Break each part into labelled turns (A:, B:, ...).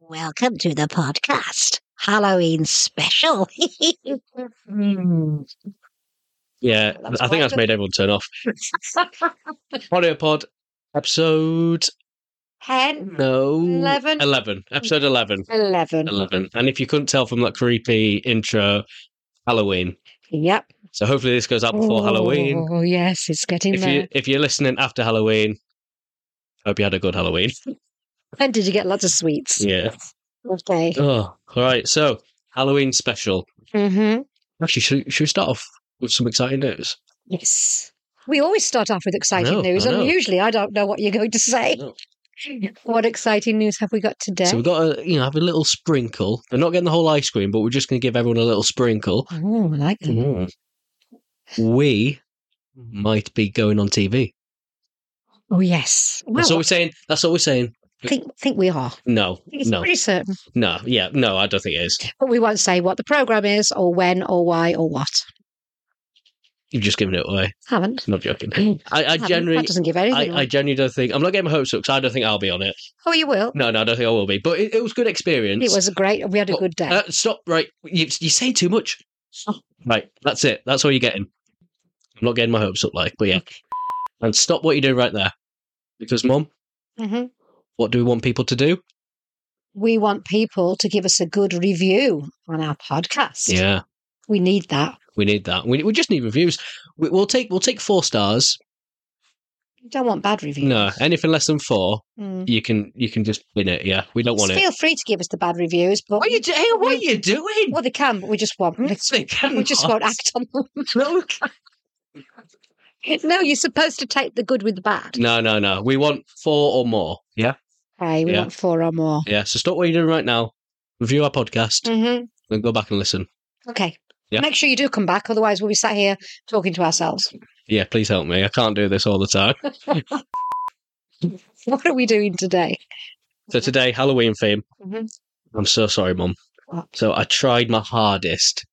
A: Welcome to the podcast. Halloween special.
B: Yeah,
A: That was
B: I think that's
A: quite
B: made everyone turn off. Audio pod episode
A: Ten.
B: no
A: Mm. Eleven. Mm.
B: eleven episode eleven
A: Eleven.
B: eleven. And if you couldn't tell from that creepy intro, Halloween.
A: Yep.
B: So hopefully this goes out before Halloween.
A: Oh, yes, it's getting
B: If
A: there.
B: you if you're listening after Halloween, hope you had a good Halloween.
A: And did you get lots of sweets?
B: Yeah.
A: Okay.
B: Oh, all right. So Halloween special.
A: Mm-hmm.
B: Actually, should, should we start off with some exciting news?
A: Yes. We always start off with exciting
B: know, I
A: news, and
B: know.
A: usually I don't know what you're going to say.
B: No.
A: What exciting news have we got today?
B: So we've got to you know have a little sprinkle. We're not getting the whole ice cream, but we're just going to give everyone a little sprinkle.
A: oh, I like
B: Mm-hmm.
A: them.
B: Mm. we
A: Mm-hmm.
B: might be going on TV.
A: Oh, yes. Well,
B: That's what we're saying. That's what we're saying.
A: I think, think we are.
B: No,
A: It's
B: no,
A: pretty certain.
B: no. Yeah, no. I don't think it is.
A: But we won't say what the programme is, or when, or why, or what.
B: You've just given it away.
A: Haven't.
B: Not joking.
A: Mm.
B: I, I
A: Haven't.
B: generally,
A: That doesn't give
B: I,
A: anything.
B: I
A: away.
B: genuinely don't think. I'm not getting my hopes up because I don't think I'll be on it.
A: oh, you will.
B: No, no, I don't think I will be. But it, it was good experience.
A: It was great. We had a
B: Well,
A: good day.
B: Uh, stop. Right, you, you're saying too much. Right, that's it. That's all you're getting. I'm not getting my hopes up, like, but yeah. And stop what you do right there, because, Mum,
A: hmm
B: what do we want people to do?
A: We want people to give us a good review on our podcast.
B: Yeah.
A: We need that.
B: We need that. We, we just need reviews. We, we'll take we'll take four stars.
A: We don't want bad reviews.
B: No, anything less than four,
A: Mm.
B: you can you can just win it. Yeah, we don't want
A: So
B: it.
A: Feel free to give us the bad reviews, but
B: What are you doing? What are you doing?
A: well, they can, but we just want.
B: No, they
A: We just
B: cannot.
A: won't act on them.
B: No,
A: no, you're supposed to take the good with the bad.
B: no, no, no. We want four or more. Yeah,
A: Okay, we
B: Yeah.
A: want four or more.
B: yeah. So stop what you're doing right now. Review our podcast
A: hmm
B: and go back and listen.
A: Okay.
B: Yeah.
A: Make sure you do come back, otherwise we'll be sat here talking to ourselves.
B: Yeah, please help me. I can't do this all the time.
A: What are we doing today?
B: So today, Halloween theme.
A: Mhm.
B: I'm so sorry, Mum.
A: What?
B: So I tried my hardest.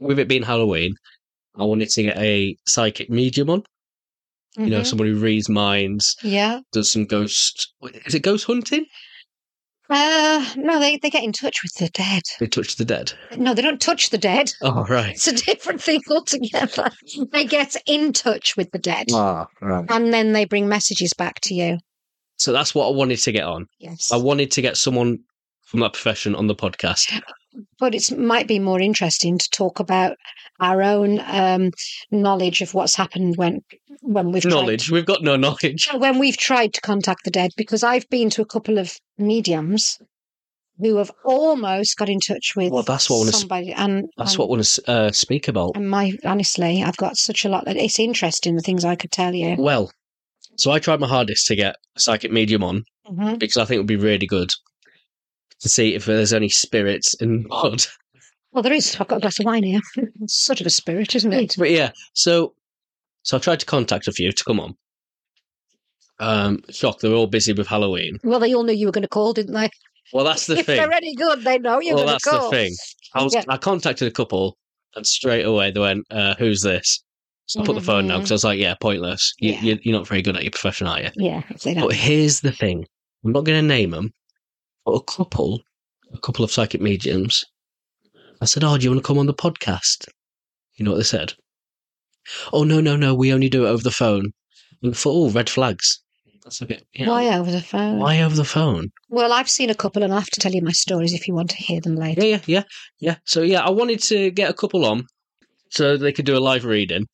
B: With it being Halloween, I wanted to get a psychic medium on. You know,
A: Mhm.
B: someone who reads minds,
A: yeah.
B: does some ghost. Is it ghost hunting?
A: Uh, no, they, they get in touch with the dead.
B: They touch the dead.
A: No, they don't touch the dead.
B: Oh, right.
A: It's a different thing altogether. They get in touch with the dead
B: Ah, right.
A: and then they bring messages back to you.
B: So that's what I wanted to get on.
A: Yes.
B: I wanted to get someone from that profession on the podcast.
A: But it might be more interesting to talk about our own um, knowledge of what's happened when when we've
B: Knowledge. We've got no knowledge.
A: tried, when we've tried to contact the dead because I've been to a couple of mediums who have almost got in touch with
B: Well, that's what I wanna s-
A: somebody and
B: That's
A: and-
B: what I want to uh, speak about.
A: And my honestly, I've got such a lot. that It's interesting the things I could tell you.
B: Well, so I tried my hardest to get a psychic medium on.
A: Mhm.
B: because I think it would be really good to see if there's any spirits involved.
A: Well, there is. I've got a glass of wine here. It's sort of a spirit, isn't it?
B: But yeah, so so I tried to contact a few to come on. Um, shock, they're all busy with Halloween.
A: Well, they all knew you were going to call, didn't they?
B: Well, that's the
A: if
B: thing.
A: they're any good, they know you're
B: Well,
A: going
B: that's
A: to
B: the
A: call.
B: thing. I, was,
A: Yeah.
B: I contacted a couple, and straight away they went, uh, "Who's this?" So I put the phone down
A: Mhm.
B: because I was like, "Yeah, pointless. You,
A: Yeah.
B: you, you're not very good at your profession, are you?"
A: Yeah, if they don't.
B: But here's the thing: I'm not going to name them, but a couple, a couple of psychic mediums. I said, "Oh, do you want to come on the podcast?" You know what they said? Oh no, no, no! We only do it over the phone. And I thought, oh, red flags. That's okay. You know,
A: Why over the phone?
B: Why over the phone?
A: Well, I've seen a couple, and I will have to tell you my stories if you want to hear them later.
B: Yeah, yeah, yeah, yeah. So yeah, I wanted to get a couple on so they could do a live reading.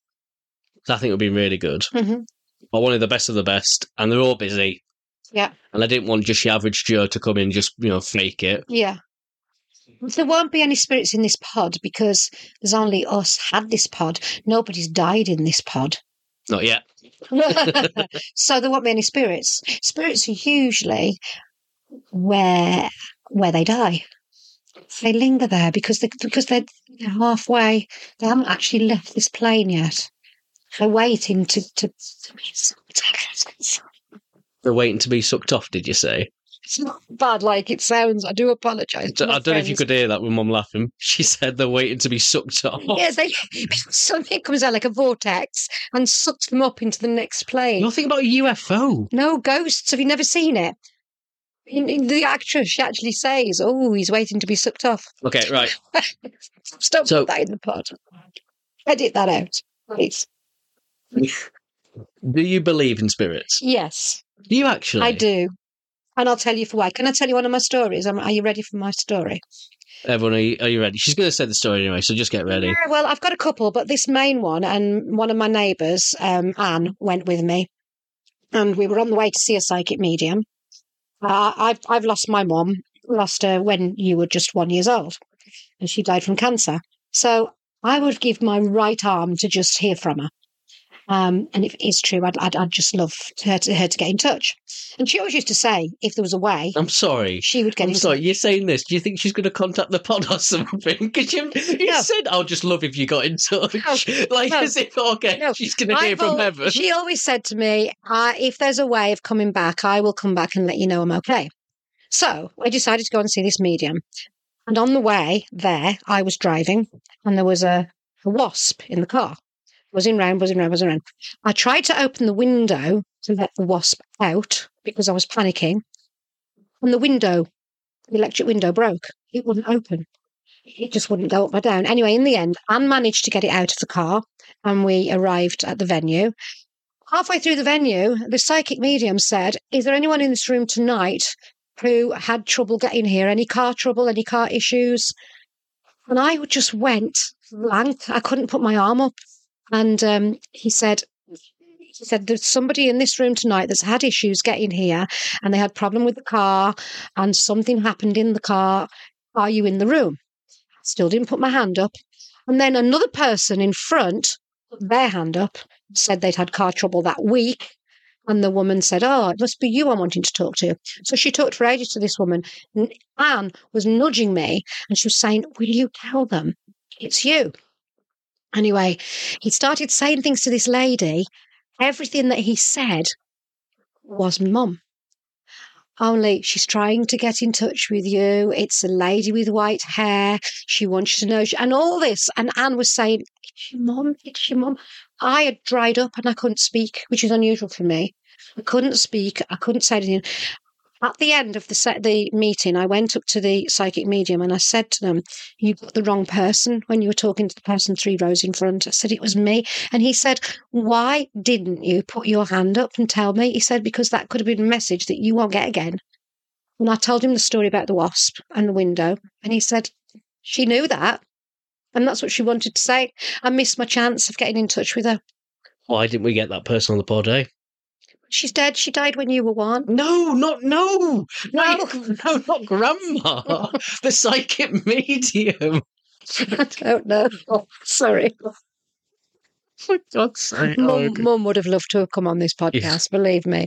B: 'Cause I think it would be really good.
A: Mhm.
B: I wanted the best of the best, and they're all busy.
A: Yeah.
B: And I didn't want just your average Joe to come in and just you know fake it.
A: Yeah. There won't be any spirits in this pod because there's only us had this pod. Nobody's died in this pod.
B: Not yet.
A: so there won't be any spirits. Spirits are usually where where they die. They linger there because they because they're halfway. They haven't actually left this plane yet. They're waiting to to.
B: They're waiting to be sucked off. Did you say?
A: It's not bad like it sounds. I do apologise.
B: I don't know if you could hear that with Mum laughing. She said they're waiting to be sucked off.
A: Yes, they, something comes out like a vortex and sucks them up into the next plane.
B: You're thinking about a UFO.
A: No ghosts. Have you never seen it? In- in The actress she actually says, "Oh, he's waiting to be sucked off."
B: Okay, right.
A: Stop
B: So-
A: put that in the pod. Edit that out, please.
B: Do you believe in spirits?
A: Yes,
B: Do you actually?
A: I do, and I'll tell you for why. Can I tell you one of my stories? Um, Are you ready for my story?
B: Everyone, are you, are you ready? She's going to say the story anyway, so just get ready.
A: Yeah, well, I've got a couple, but this main one, and one of my neighbours, um, Anne, went with me, and we were on the way to see a psychic medium. Uh, I've I've lost my mom, lost her when you were just one years old, and she died from cancer. So I would give my right arm to just hear from her. Um, and if it's true, I'd, I'd I'd just love her to her to get in touch. And she always used to say, if there was a way,
B: I'm sorry.
A: she would get
B: I'm
A: in
B: sorry, you're saying this. Do you think she's going to contact the pod or something? Because you, you
A: No.
B: said, I'll just love if you got in
A: Oh,
B: touch. like,
A: no,
B: as if, okay,
A: no.
B: she's going to hear
A: I've
B: from
A: al-
B: heaven.
A: She always said to me, uh, if there's a way of coming back, I will come back and let you know I'm okay. So I decided to go and see this medium. And on the way there, I was driving and there was a, a wasp in the car. Buzzing round, buzzing round, buzzing round. I tried to open the window to let the wasp out because I was panicking. And the window, the electric window broke. It wouldn't open. It just wouldn't go up or down. Anyway, in the end, Anne managed to get it out of the car and we arrived at the venue. Halfway through the venue, the psychic medium said, Is there anyone in this room tonight who had trouble getting here? Any car trouble, any car issues? And I just went blank. I couldn't put my arm up. And um, he said, he said there's somebody in this room tonight that's had issues getting here and they had problem with the car and something happened in the car are you in the room still didn't put my hand up and then another person in front put their hand up, said they'd had car trouble that week. And the woman said, Oh, it must be you I'm wanting to talk to. So she talked for ages to this woman. N- Anne was nudging me and she was saying, Will you tell them it's you? Anyway, he started saying things to this lady. Everything that he said was mum. Only she's trying to get in touch with you. It's a lady with white hair. She wants you to know. And all this. And Anne was saying, It's your mum. It's your mum. I had dried up and I couldn't speak, which is unusual for me. I couldn't speak. I couldn't say anything. At the end of the set, the meeting, I went up to the psychic medium and I said to them, "You got the wrong person when you were talking to the person three rows in front." I said it was me, and he said, "Why didn't you put your hand up and tell me?" He said, "Because that could have been a message that you won't get again." And I told him the story about the wasp and the window, and he said, "She knew that, and that's what she wanted to say." I missed my chance of getting in touch with her.
B: Why didn't we get that person on the pod, eh?
A: She's dead. She died when you were one.
B: No, not no, no,
A: No.
B: no, not grandma. the psychic medium.
A: I don't know. Oh, sorry.
B: For God's sake.
A: Mum, Mum would have loved to have come on this podcast, believe me.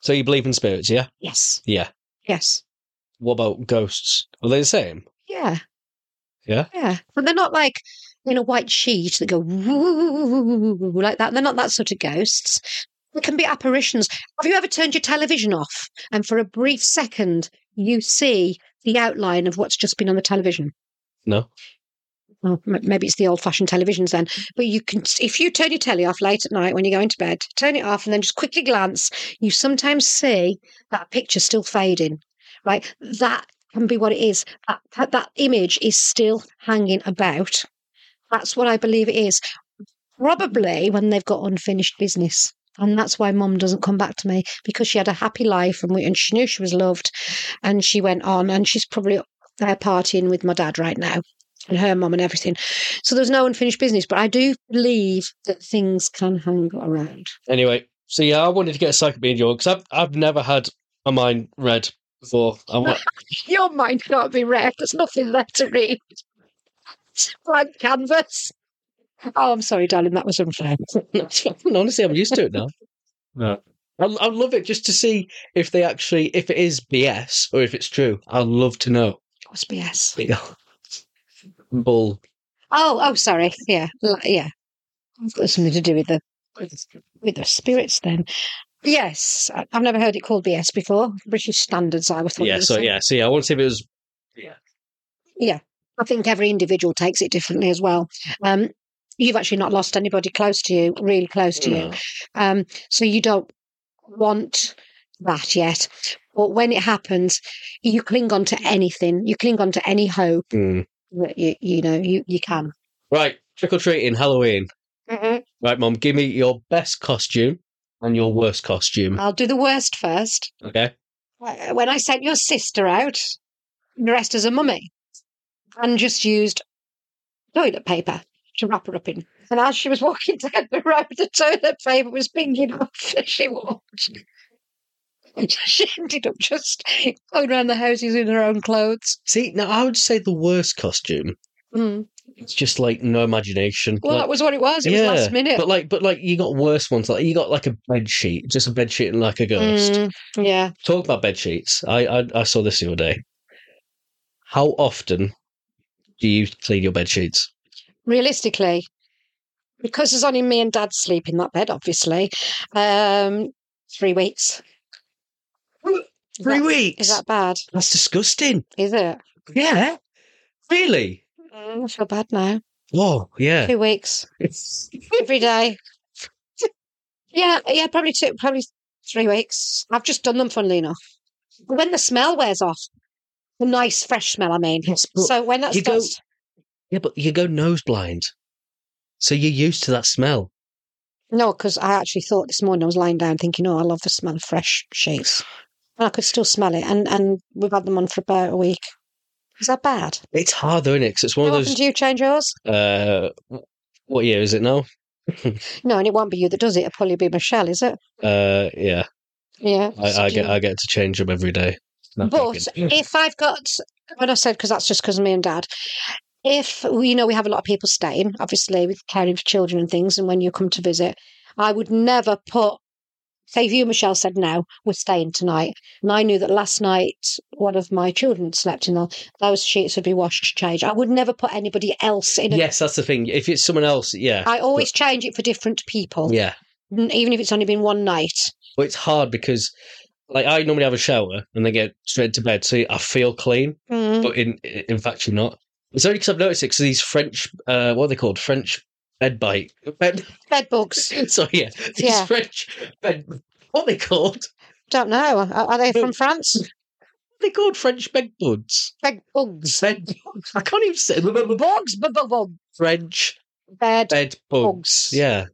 B: So you believe in spirits, yeah?
A: Yes.
B: Yeah.
A: Yes.
B: What about ghosts? Are they the same?
A: Yeah.
B: Yeah?
A: Yeah. But they're not like in a white sheet that go "Woo," like that. They're not that sort of ghosts. They can be apparitions. Have you ever turned your television off and for a brief second you see the outline of what's just been on the television?
B: No.
A: Well, m- maybe it's the old-fashioned televisions then. But you can, if you turn your telly off late at night when you're going to bed, turn it off and then just quickly glance. You sometimes see that picture still fading, right? That can be what it is. That that, that image is still hanging about. That's what I believe it is. Probably when they've got unfinished business. And that's why mum doesn't come back to me because she had a happy life and, we, and she knew she was loved. And she went on and she's probably up there partying with my dad right now and her mum and everything. So there's no unfinished business. But I do believe that things can hang around.
B: Anyway, so yeah, I wanted to get a psychic medium because I've I've never had my mind read before. I want,
A: Your mind can't be read. There's nothing there to read. It's Blank canvas. Oh, I'm sorry, darling. That was unfair.
B: honestly, I'm used to it now. No. I I love it just to see if they actually if it is BS or if it's true. I'd love to know.
A: What's BS?
B: Bull.
A: Oh, oh, sorry. Yeah, li- yeah. It's got something to do with the with the spirits then. Yes, I- I've never heard it called BS before. British standards, I was.
B: Yeah. So yeah. So yeah, I want to see if it was
A: I think every individual takes it differently as well. Um, you've actually not lost anybody close to you,
B: Oh.
A: really close to you. Um, so you don't want that yet. But when it happens, you cling on to anything. You cling on to any hope
B: Mm.
A: that you you know you you can.
B: Right, trick or treating, Halloween.
A: Mm-hmm.
B: Right, Mum, give me your best costume and your worst costume.
A: I'll do the worst first.
B: Okay.
A: Uh, When I sent your sister out dressed as a mummy and just used toilet paper to wrap her up in, and as she was walking down the road, the toilet paper was pinging off as she walked. She ended up just going around the houses in her own clothes.
B: See, now I would say the worst costume.
A: Mm.
B: It's just like no imagination.
A: Well,
B: Like-
A: that was what it was. It
B: yeah,
A: was last minute.
B: But like, but like, you got worse ones. Like, you got like a bed sheet, just a bed sheet and like a ghost.
A: Mm, yeah.
B: Talk about bed sheets. I, I I saw this the other day. How often do you clean your bed sheets?
A: realistically, because there's only me and dad sleep in that bed, obviously, um, three weeks. Is that-
B: weeks.
A: Is that bad?
B: That's disgusting.
A: Is it?
B: Yeah. Really?
A: Mm, I feel bad now.
B: Whoa. Yeah.
A: Two weeks
B: It's
A: every day. yeah, yeah, probably two, probably three weeks. I've just done them, funnily enough. But When the smell wears off, the nice fresh smell, I mean.
B: Yes, but
A: So when that
B: you go-
A: starts,
B: yeah, but you go nose blind, so you're used to that smell.
A: no, because I actually thought this morning I was lying down thinking, oh, I love the smell of fresh sheets. And I could still smell it, and and we've had them on for about a week. Is that bad?
B: It's hard though, is it? 'Cause it's one
A: How
B: of
A: often
B: those.
A: do you change yours?
B: Uh, what year is it now?
A: No, and it won't be you that does it. It'll probably be Michelle, is it?
B: Uh, yeah.
A: Yeah. So
B: I, I
A: do
B: get
A: you-
B: I get to change them every day. No, I'm
A: But
B: joking.
A: if I've got, when I said, because that's just because me and dad, if, well, you know, we have a lot of people staying, obviously, with caring for children and things. And when you come to visit, I would never put, say, if you, Michelle, said, no, we're staying tonight. And I knew that last night one of my children slept in there, those sheets would be washed, changed. I would never put anybody else in a
B: yes, that's the thing. If it's someone else, yeah,
A: I always change it for different people,
B: yeah.
A: n- even if it's only been one night.
B: But it's hard because like I normally have a shower and then get straight to bed, so I feel clean.
A: Mm.
B: But in in fact, you're not. It's only because I've noticed it. Because these French, uh, what are they called? French bed bite. Bed.
A: Bed bugs.
B: Sorry, yeah. These
A: Yeah.
B: French bed. What are they called?
A: Don't know. Are, are they
B: No.
A: from France?
B: They're called French bed bugs.
A: Bed bugs.
B: Bed. I can't even say.
A: Bugs. bu- bu- bu-
B: French
A: Bed
B: bed bugs.
A: bugs.
B: Yeah,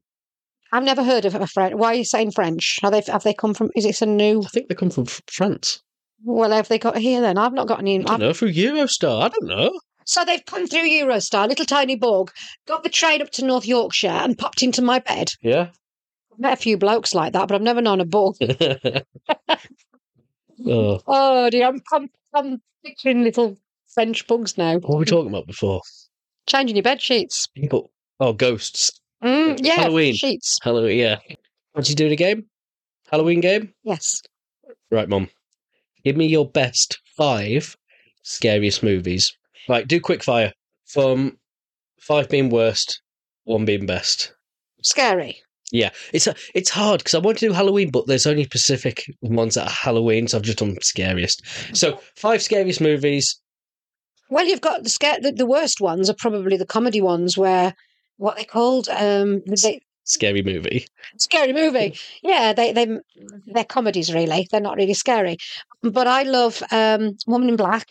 A: I've never heard of a French. Why are you saying French? Are they? Have they come from? Is it a new?
B: I think they come from F- France.
A: Well, have they got here then? I've not got any.
B: I don't
A: I've-
B: know, through Eurostar. I don't know.
A: So they've come through Eurostar, little tiny bug, got the train up to North Yorkshire and popped into my bed.
B: Yeah.
A: I've met a few blokes like that, but I've never known a bug.
B: oh,
A: Oh dear, I'm, I'm, I'm picturing little French bugs now.
B: what were we talking about before?
A: Changing your bed sheets.
B: People. Oh, ghosts.
A: Mm, yeah,
B: Halloween.
A: sheets.
B: Halloween. Yeah. Want you do the game? Halloween game?
A: Yes.
B: Right, Mum. Give me your best five scariest movies. Right, do quick fire. From five being worst, one being best.
A: Scary.
B: It's a, it's hard because I want to do Halloween, but there's only specific ones that are Halloween, so I've just done scariest. So five scariest movies.
A: Well, you've got the scare. The, the worst ones are probably the comedy ones where what they called um they,
B: Scary movie.
A: scary movie. Yeah, Mm-hmm. they they they're comedies really. They're not really scary, but I love um Woman in Black,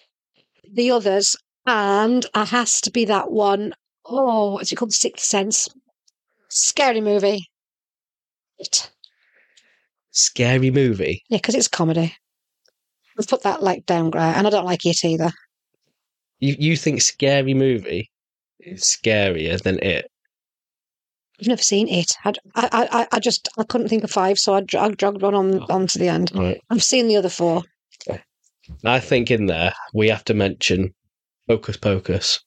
A: the others, and it has to be that one. Oh, what's it called? The Sixth Sense. Scary movie. It.
B: Scary movie.
A: Yeah, because it's comedy. I've put that like down, Grant, and I don't like it either.
B: You you think scary movie is scarier than it?
A: I've never seen it. I'd- I, I, I, I just I couldn't think of five, so I, dr- I jogged one on on to the end.
B: Right.
A: I've seen the other four.
B: I think in there we have to mention Hocus Pocus.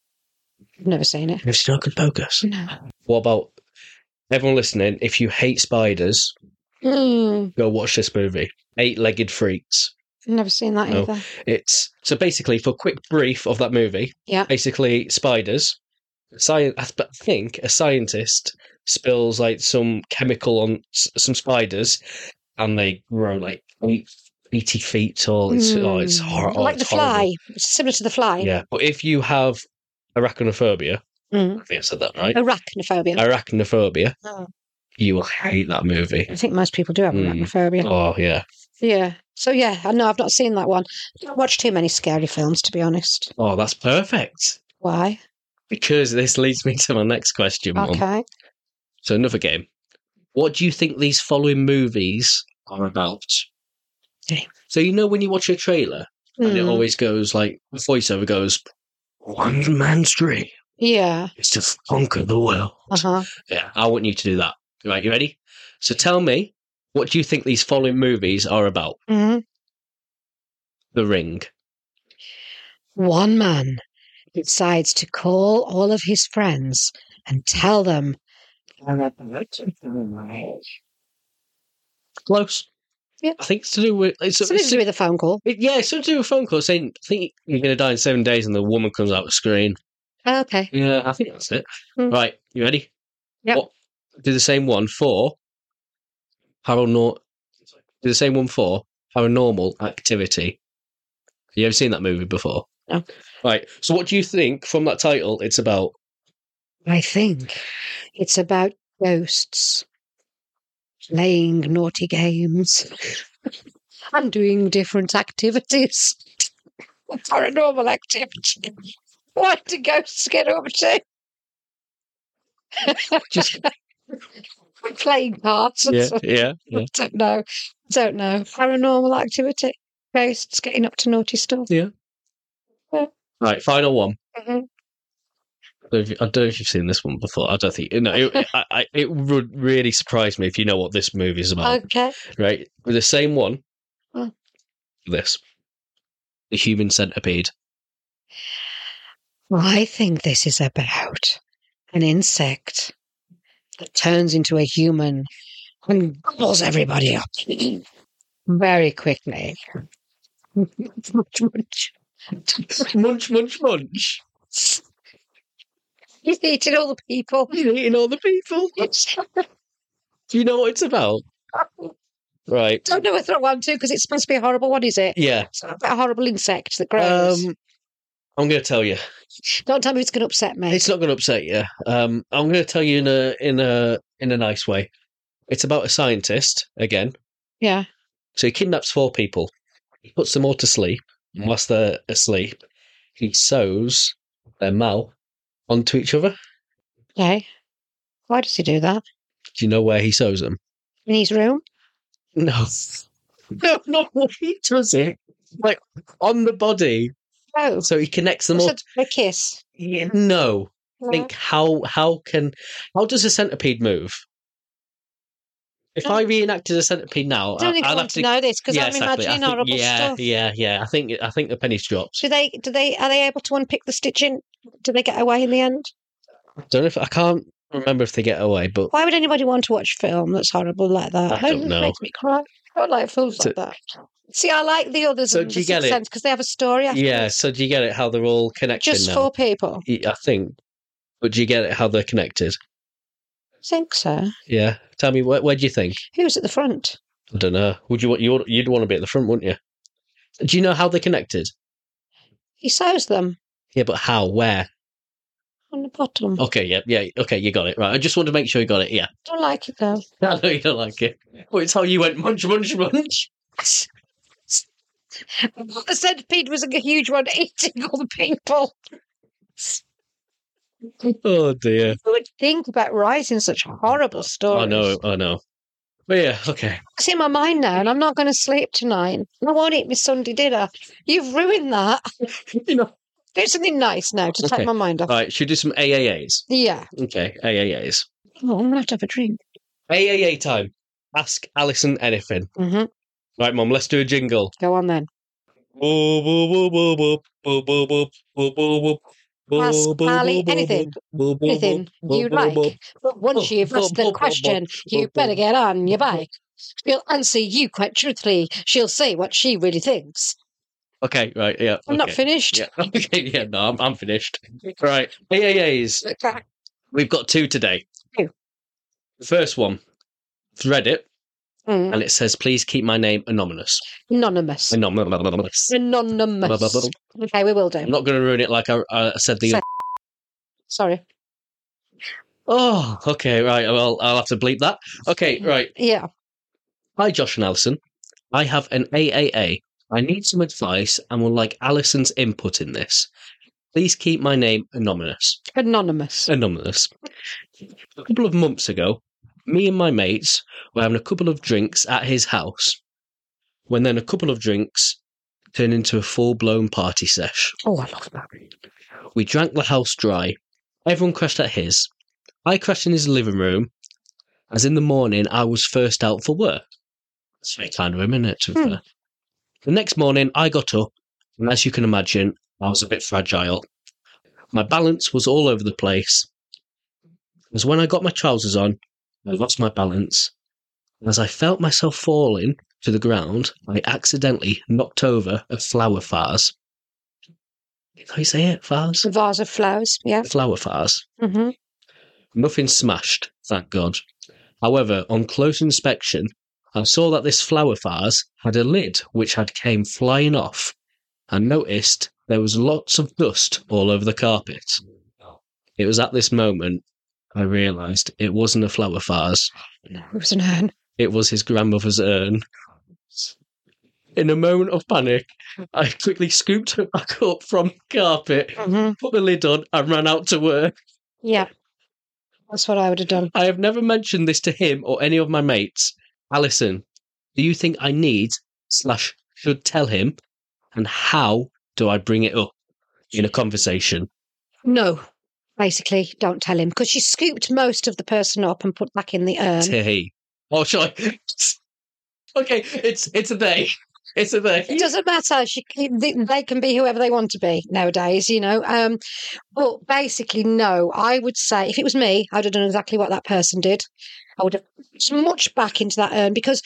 A: I've never seen it.
B: Have you seen Hocus Pocus?
A: No.
B: What about everyone listening? If you hate spiders,
A: Mm,
B: go watch this movie. Eight Legged Freaks.
A: I've never seen that
B: No.
A: either.
B: It's so basically for a quick brief of that movie.
A: Yeah.
B: Basically, spiders. Science. I sp- think a scientist spills like some chemical on s- some spiders, and they grow like eight, eighty feet tall. It's oh, it's
A: Mm.
B: hor- oh,
A: like
B: it's
A: the
B: horrible.
A: fly. It's similar to the fly.
B: Yeah, but if you have arachnophobia,
A: Mm.
B: I think I said that right.
A: Arachnophobia.
B: Arachnophobia,
A: Oh.
B: you will hate that movie.
A: I think most people do have
B: Mm.
A: arachnophobia.
B: Oh yeah,
A: Yeah. So yeah, I know I've not seen that one. I don't watch too many scary films, to be honest.
B: Oh, that's perfect.
A: Why?
B: Because this leads me to my next question, Mum.
A: Okay.
B: So another game. What do you think these following movies are about?
A: Okay.
B: So you know when you watch a trailer and it
A: Hmm.
B: always goes like the voiceover goes, "One man's dream
A: Yeah.
B: is to conquer the world."
A: Uh huh.
B: Yeah, I want you to do that. Right, you ready? So tell me, what do you think these following movies are about?
A: hmm
B: The Ring,
A: One man decides to call all of his friends and tell them
B: close.
A: Yeah.
B: I think it's to do with it's,
A: something
B: it's
A: to do with a phone call.
B: It, yeah, it's something to do with a phone call saying, I think you're going to die in seven days, and the woman comes out the screen.
A: Okay.
B: Yeah, I think that's it.
A: Mm.
B: Right, you ready?
A: Yep.
B: What- do the same one for paranormal. Do the same one for paranormal activity. Have you ever seen that movie before?
A: No.
B: Right, so what do you think from that title it's about?
A: I think it's about ghosts playing naughty games and doing different activities. Paranormal activity. What do ghosts get up to?
B: Just
A: Playing cards and
B: yeah,
A: stuff.
B: yeah, yeah,
A: I don't know. don't know. Paranormal activity. Ghosts getting up to naughty stuff.
B: yeah. Right, final one.
A: Mhm.
B: I don't know if- I don't know if you've seen this one before. I don't think. No, it, I, I, it would really surprise me if you know what this movie is about.
A: Okay.
B: Right, with the same one.
A: Hmm.
B: This, the human centipede.
A: Well, I think this is about an insect that turns into a human and gobbles everybody up very quickly. Munch, munch.
B: munch, munch, munch.
A: He's eating all the people.
B: You're eating all the people. Do you know what it's about? Right.
A: Don't know whether I want to because it's supposed to be a horrible. What is it?
B: Yeah.
A: It's about a horrible insect that grows.
B: Um, I'm going to tell you.
A: Don't tell me it's going to upset me.
B: It's not going to upset you. Um, I'm going to tell you in a in a in a nice way. It's about a scientist again.
A: Yeah.
B: So he kidnaps four people. He puts them all to sleep.
A: Mm.
B: And whilst they're asleep, he sews their mouth onto each other.
A: Okay. Why does he do that?
B: Do you know where he sews them?
A: In his room?
B: No. No, not what he does it. Like on the body.
A: Oh.
B: So he connects them
A: What's
B: all.
A: a, a kiss.
B: Yeah, No.
A: No.
B: Think how how can how does a centipede move? If I reenacted a centipede now,
A: I don't think I
B: I'd
A: want
B: have
A: to
B: to
A: know this because
B: yeah,
A: I'm
B: exactly.
A: imagining
B: I think-
A: horrible
B: yeah,
A: stuff.
B: yeah, yeah. I think I think the penny's dropped.
A: Do they? Do they? Are they able to unpick the stitching? Do they get away in the end?
B: don't know if I can't remember if they get away, but
A: Why would anybody want to watch a film that's horrible like that?
B: I don't
A: it
B: know.
A: Makes me cry. I don't like films
B: So-
A: like that. See, I like the others
B: So
A: in
B: do
A: the
B: you get
A: Sixth
B: it?
A: Sense because they have a story. After
B: Oh, yeah. So do you get it how they're all connected
A: just
B: now?
A: four people.
B: Y- I think. But do you get it how they're connected?
A: I think so.
B: Yeah. Tell me where, where do you think?
A: Who's at the front?
B: I don't know. Would you want you you'd want to be at the front, wouldn't you? Do you know how they're connected?
A: He sews them
B: Yeah, but how? Where?
A: on the bottom.
B: Okay. Yeah. Yeah. Okay. You got it right. I just want to make sure you got it. Yeah.
A: Don't like it though.
B: I know you don't like it. Well, it's how you went munch munch munch.
A: the centipede was a huge one eating all the people.
B: Oh dear.
A: Who would think about writing such horrible stories?
B: I know. I know. But yeah. Okay.
A: It's in my mind now, and I'm not going to sleep tonight. I won't eat my Sunday dinner. You've ruined that.
B: You know.
A: Do something nice now to
B: Okay.
A: take my mind off.
B: All right. Should we do some AAAs?
A: Yeah.
B: Okay. AAAs.
A: Oh, I'm going to have to have a drink.
B: AAA time. Ask Alison anything.
A: hmm
B: Right, Mum, let's do a jingle.
A: Go on then.
B: Boop, boop, boop, boop, boop, boop, boop, boop, boop, boop, boop,
A: Ask
B: boop, boop,
A: Ali
B: boop,
A: anything.
B: boop, boop, boop,
A: Anything
B: boop,
A: you'd
B: boop,
A: like.
B: boop.
A: But once
B: Oh,
A: you've asked the question, you better get on your bike. She'll answer you quite truthfully. She'll say what she really thinks.
B: Okay, right, yeah.
A: I'm not
B: okay.
A: finished.
B: Yeah, okay, yeah, no, I'm, I'm finished. Right, AAAs.
A: Okay.
B: We've got two today.
A: Two.
B: The first one, Reddit,
A: Mm.
B: and it says, please keep my name anonymous.
A: Anonymous.
B: Anonymous.
A: Anonymous. Okay, we will
B: I'm
A: do.
B: not going to ruin it like I, I said the
A: Say- Sorry.
B: Oh, okay, right. Well, I'll have to bleep that. Okay, right.
A: Yeah.
B: Hi, Josh and Alison. I have an AAA. I need some advice and would like Alison's input in this. Please keep my name anonymous.
C: Anonymous.
B: Uh, Anonymous. A couple of months ago, me and my mates were having a couple of drinks at his house. When then a couple of drinks turned into a full blown party sesh.
C: Oh, I love that.
B: We drank the house dry. Everyone crashed at his. I crashed in his living room, as in the morning I was first out for work. That's very kind of him, isn't it? To be
C: Hmm.
B: fair. The next morning I got up, and as you can imagine, I was a bit fragile. My balance was all over the place. As when I got my trousers on, I lost my balance. And as I felt myself falling to the ground, I accidentally knocked over a flower vase. How you say it? Vase?
C: A vase of flowers. Yeah.
B: Flower vase.
C: Mm-hmm.
B: Nothing smashed, thank God. However, on close inspection, I saw that this flower vase had a lid which had came flying off and noticed there was lots of dust all over the carpet. It was at this moment I realised it wasn't a flower vase,
C: No, it was an urn.
B: it was his grandmother's urn. In a moment of panic, I quickly scooped her back up from the carpet,
C: Mm-hmm.
B: put the lid on, and ran out to work.
C: Yeah. That's what I would have done.
B: I have never mentioned this to him or any of my mates. Alison, do you think I need slash should tell him? And how do I bring it up in a conversation?
C: No.
A: Basically, don't tell him because she scooped most of the person up and put back in the urn.
B: Tee. Oh, shall I? okay, it's it's a day. It's a
A: It
B: day.
A: doesn't matter. She can, they they can be whoever they want to be nowadays, you know. Um, but basically, no. I would say if it was me, I'd have done exactly what that person did. I would have smudged back into that urn because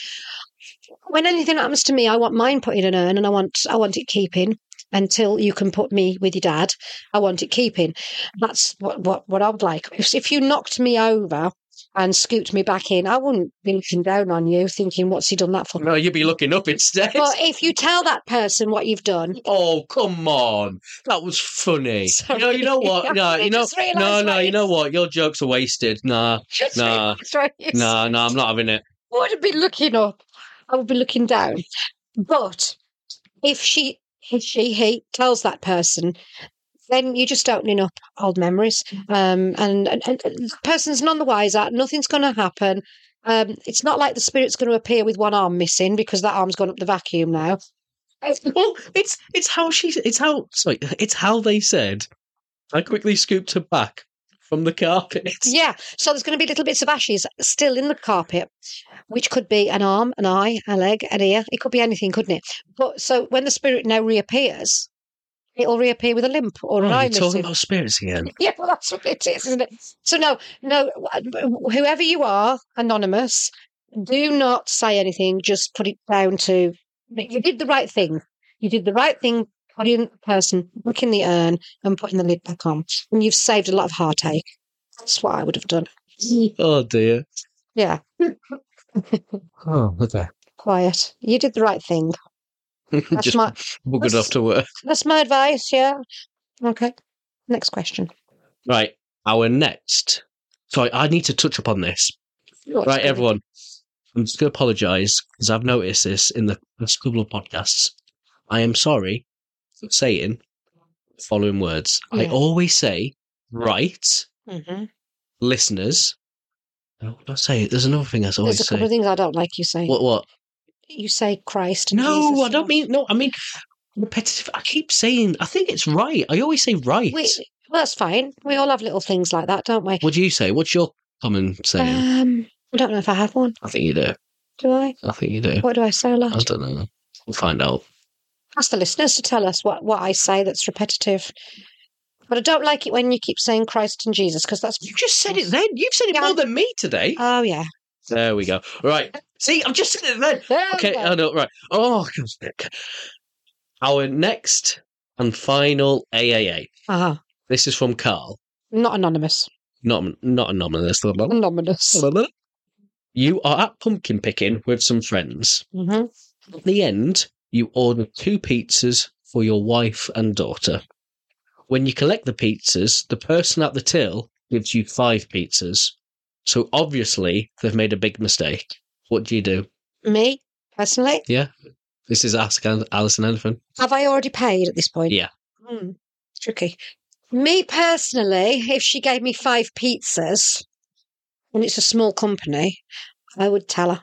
A: when anything happens to me, I want mine put in an urn and I want I want it keeping until you can put me with your dad. I want it keeping. That's what what, what I would like. If, if you knocked me over and scooped me back in, I wouldn't be looking down on you, thinking, "What's he done that for?"
B: No, you'd be looking up instead.
A: But if you tell that person what you've done,
B: Oh, come on. That was funny.
A: Sorry.
B: No, you know what? No,
A: I
B: you know.
A: just realised
B: No, no,
A: what
B: you
A: you-
B: know what? Your jokes are wasted. Nah,
A: just
B: Nah.
A: realised what you said.
B: nah, nah, I'm not having it.
A: I would have been looking up. I would be looking down. But if she, if she, he tells that person, then you're just opening up old memories. Um, and, and, and the person's none the wiser. Nothing's going to happen. Um, it's not like the spirit's going to appear with one arm missing because that arm's gone up the vacuum now.
B: Well, it's it's how she it's how sorry it's how they said. I quickly scooped her back from the carpet.
A: Yeah. So there's going to be little bits of ashes still in the carpet, which could be an arm, an eye, a leg, an ear. It could be anything, couldn't it? But so when the spirit now reappears, it'll reappear with a limp or an
B: Oh,
A: eye
B: you're talking
A: missing.
B: about spirits again.
A: yeah, well, that's what it is, isn't it? So no, no, wh- whoever you are, anonymous, do not say anything. Just put it down to you did the right thing. You did the right thing. Putting the person back in the urn and putting the lid back on, and you've saved a lot of heartache. That's what I would have done.
B: Oh dear.
A: Yeah,
B: Oh, okay.
A: quiet. You did the right thing. That's
B: Just
A: my
B: buggered off to work.
A: that's my advice. Yeah. Okay. Next question.
B: Right. Our next. Sorry, I need to touch upon this. right, everyone. I'm just going to apologise because I've noticed this in the last couple of podcasts. I am sorry for saying the following words. I
A: Yeah.
B: always say right
A: Mm-hmm.
B: listeners. Oh, What do I say? There's another thing I
A: There's
B: always
A: a
B: say.
A: couple of things I don't like you saying.
B: What? What?
A: You say Christ. and
B: No,
A: Jesus
B: I
A: and
B: don't
A: all.
B: mean. No, I mean repetitive. I keep saying. I think it's right. I always say right.
A: We, well, that's fine. We all have little things like that, don't we?
B: What do you say? What's your common saying?
A: Um, I don't know if I have one.
B: I think you do.
A: Do I?
B: I think you do.
A: What do I say a
B: I
A: lot?
B: don't know. We'll find out.
A: Ask the listeners to tell us what, what I say that's repetitive. But I don't like it when you keep saying Christ and Jesus because that's.
B: You just said it then. You've said it
A: Yeah,
B: more
A: I-
B: than me today.
A: Oh, yeah.
B: Uh, There we go. Right. See, I've just said it then.
A: There we
B: Okay. uh
A: go.
B: I know. Right. Oh, God. our next and final AAA.
A: Uh-huh.
B: This is from Carl.
A: Not anonymous.
B: Not not anonymous.
A: Anonymous.
B: You are at pumpkin picking with some friends.
A: hmm
B: At the end, you order two pizzas for your wife and daughter. When you collect the pizzas, the person at the till gives you five pizzas. So obviously, they've made a big mistake. What do you do?
A: Me? personally.
B: This is Ask Alison Anything.
A: Have I already paid at this point?
B: Yeah.
A: Hmm, tricky. Me personally, if she gave me five pizzas and it's a small company, I would tell her.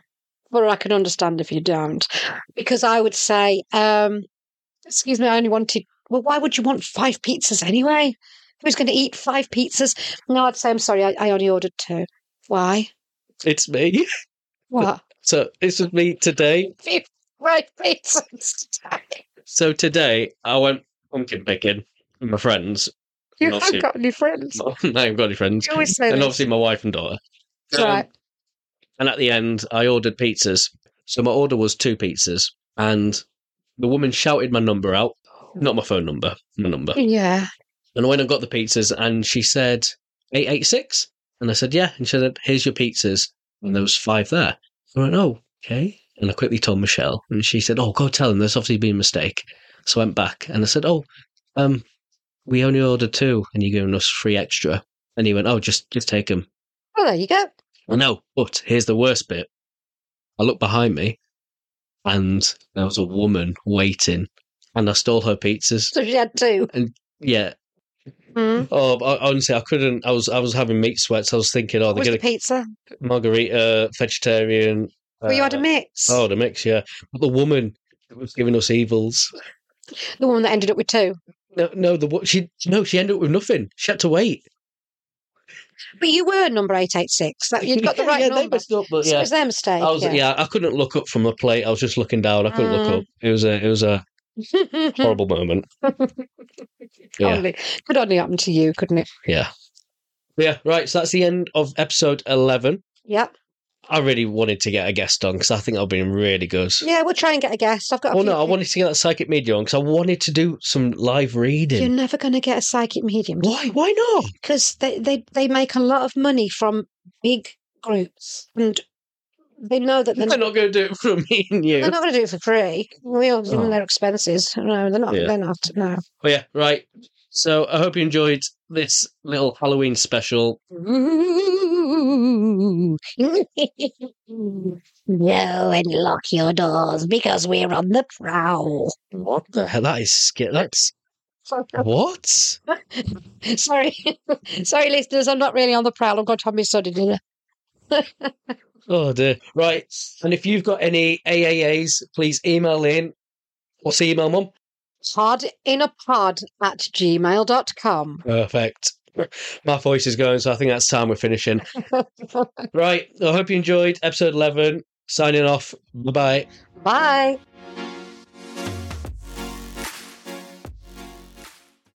A: But I can understand if you don't. Because I would say, um, excuse me, I only wanted, well, why would you want five pizzas anyway? Who's going to eat five pizzas? No, I'd say, I'm sorry, I, I only ordered two. Why?
B: It's me.
A: What?
B: So it's just me today.
A: Five pizzas today.
B: So today I went pumpkin picking with my friends.
A: You
B: Not
A: haven't
B: soup.
A: got any friends.
B: I haven't got any friends.
A: You always say
B: and
A: this.
B: obviously um, my wife and daughter.
A: Right.
B: and at the end, I ordered pizzas. So my order was two pizzas, and the woman shouted my number out, not my phone number, my number.
A: Yeah.
B: And I went and got the pizzas, and she said eight eight six, and I said yeah, and she said here's your pizzas, and there was five there. I went oh okay, and I quickly told Michelle, and she said oh go tell them there's obviously been a mistake. So I went back and I said oh um we only ordered two, and you're giving us three extra. And he went oh just just take them.
A: Well, there you go.
B: I know, but here's the worst bit. I looked behind me and there was a woman waiting and I stole her pizzas.
A: So she had two.
B: Yeah.
A: Mm.
B: Oh, I, honestly, I couldn't. I was I was having meat sweats. I was thinking, oh, they're
A: Was the
B: going to
A: pizza?
B: margarita, vegetarian.
A: Well, you had a
B: uh,
A: mix.
B: Oh, the mix, yeah. But the woman was giving us evils.
A: The one that ended up with two.
B: No, no, the wo- she no, she ended up with nothing. She had to wait.
A: But you were number 886. That, you'd got the right
B: yeah, they
A: number.
B: messed up, but
A: So it
B: yeah.
A: was their mistake.
B: I was, yeah.
A: yeah.
B: I couldn't look up from the plate. I was just looking down. I couldn't look
A: Mm.
B: up. It was a, it was a
A: Hmm.
B: horrible moment. Oh, Yeah.
A: Only- could only happen to you, couldn't it?
B: Yeah. Yeah, right. So that's the end of episode 11.
A: Yep.
B: I really wanted to get a guest on because I think that would be really good.
A: Yeah, we'll try and get a guest. I've got a
B: Oh,
A: few
B: no, I
A: people-
B: wanted to get that psychic media on because I wanted to do some live
A: You're
B: reading.
A: never going to get a psychic medium
B: Why? Why not?
A: because they, they, they make a lot of money from big groups and they know that
B: They're
A: they're,
B: not going to do it for me and you.
A: they're not going to do it for free. We all
B: Oh.
A: their expenses. No, they're not.
B: Yeah.
A: They're not. No.
B: But yeah, right. So I hope you enjoyed this little Halloween special.
D: Ooh. no, and lock your doors because we're on the prowl.
B: What the hell? Uh, That is scary. That's what?
A: Sorry. Sorry, listeners. I'm not really on the prowl. I've got to have my Sunday dinner.
B: Oh dear. Right. And if you've got any AAAs, please email in. What's the email, Mum?
A: Pod in a pod at gmail.com.
B: Perfect. My voice is going, so I think that's time we're finishing. right. I hope you enjoyed episode 11. Signing off. Bye bye.
A: Bye.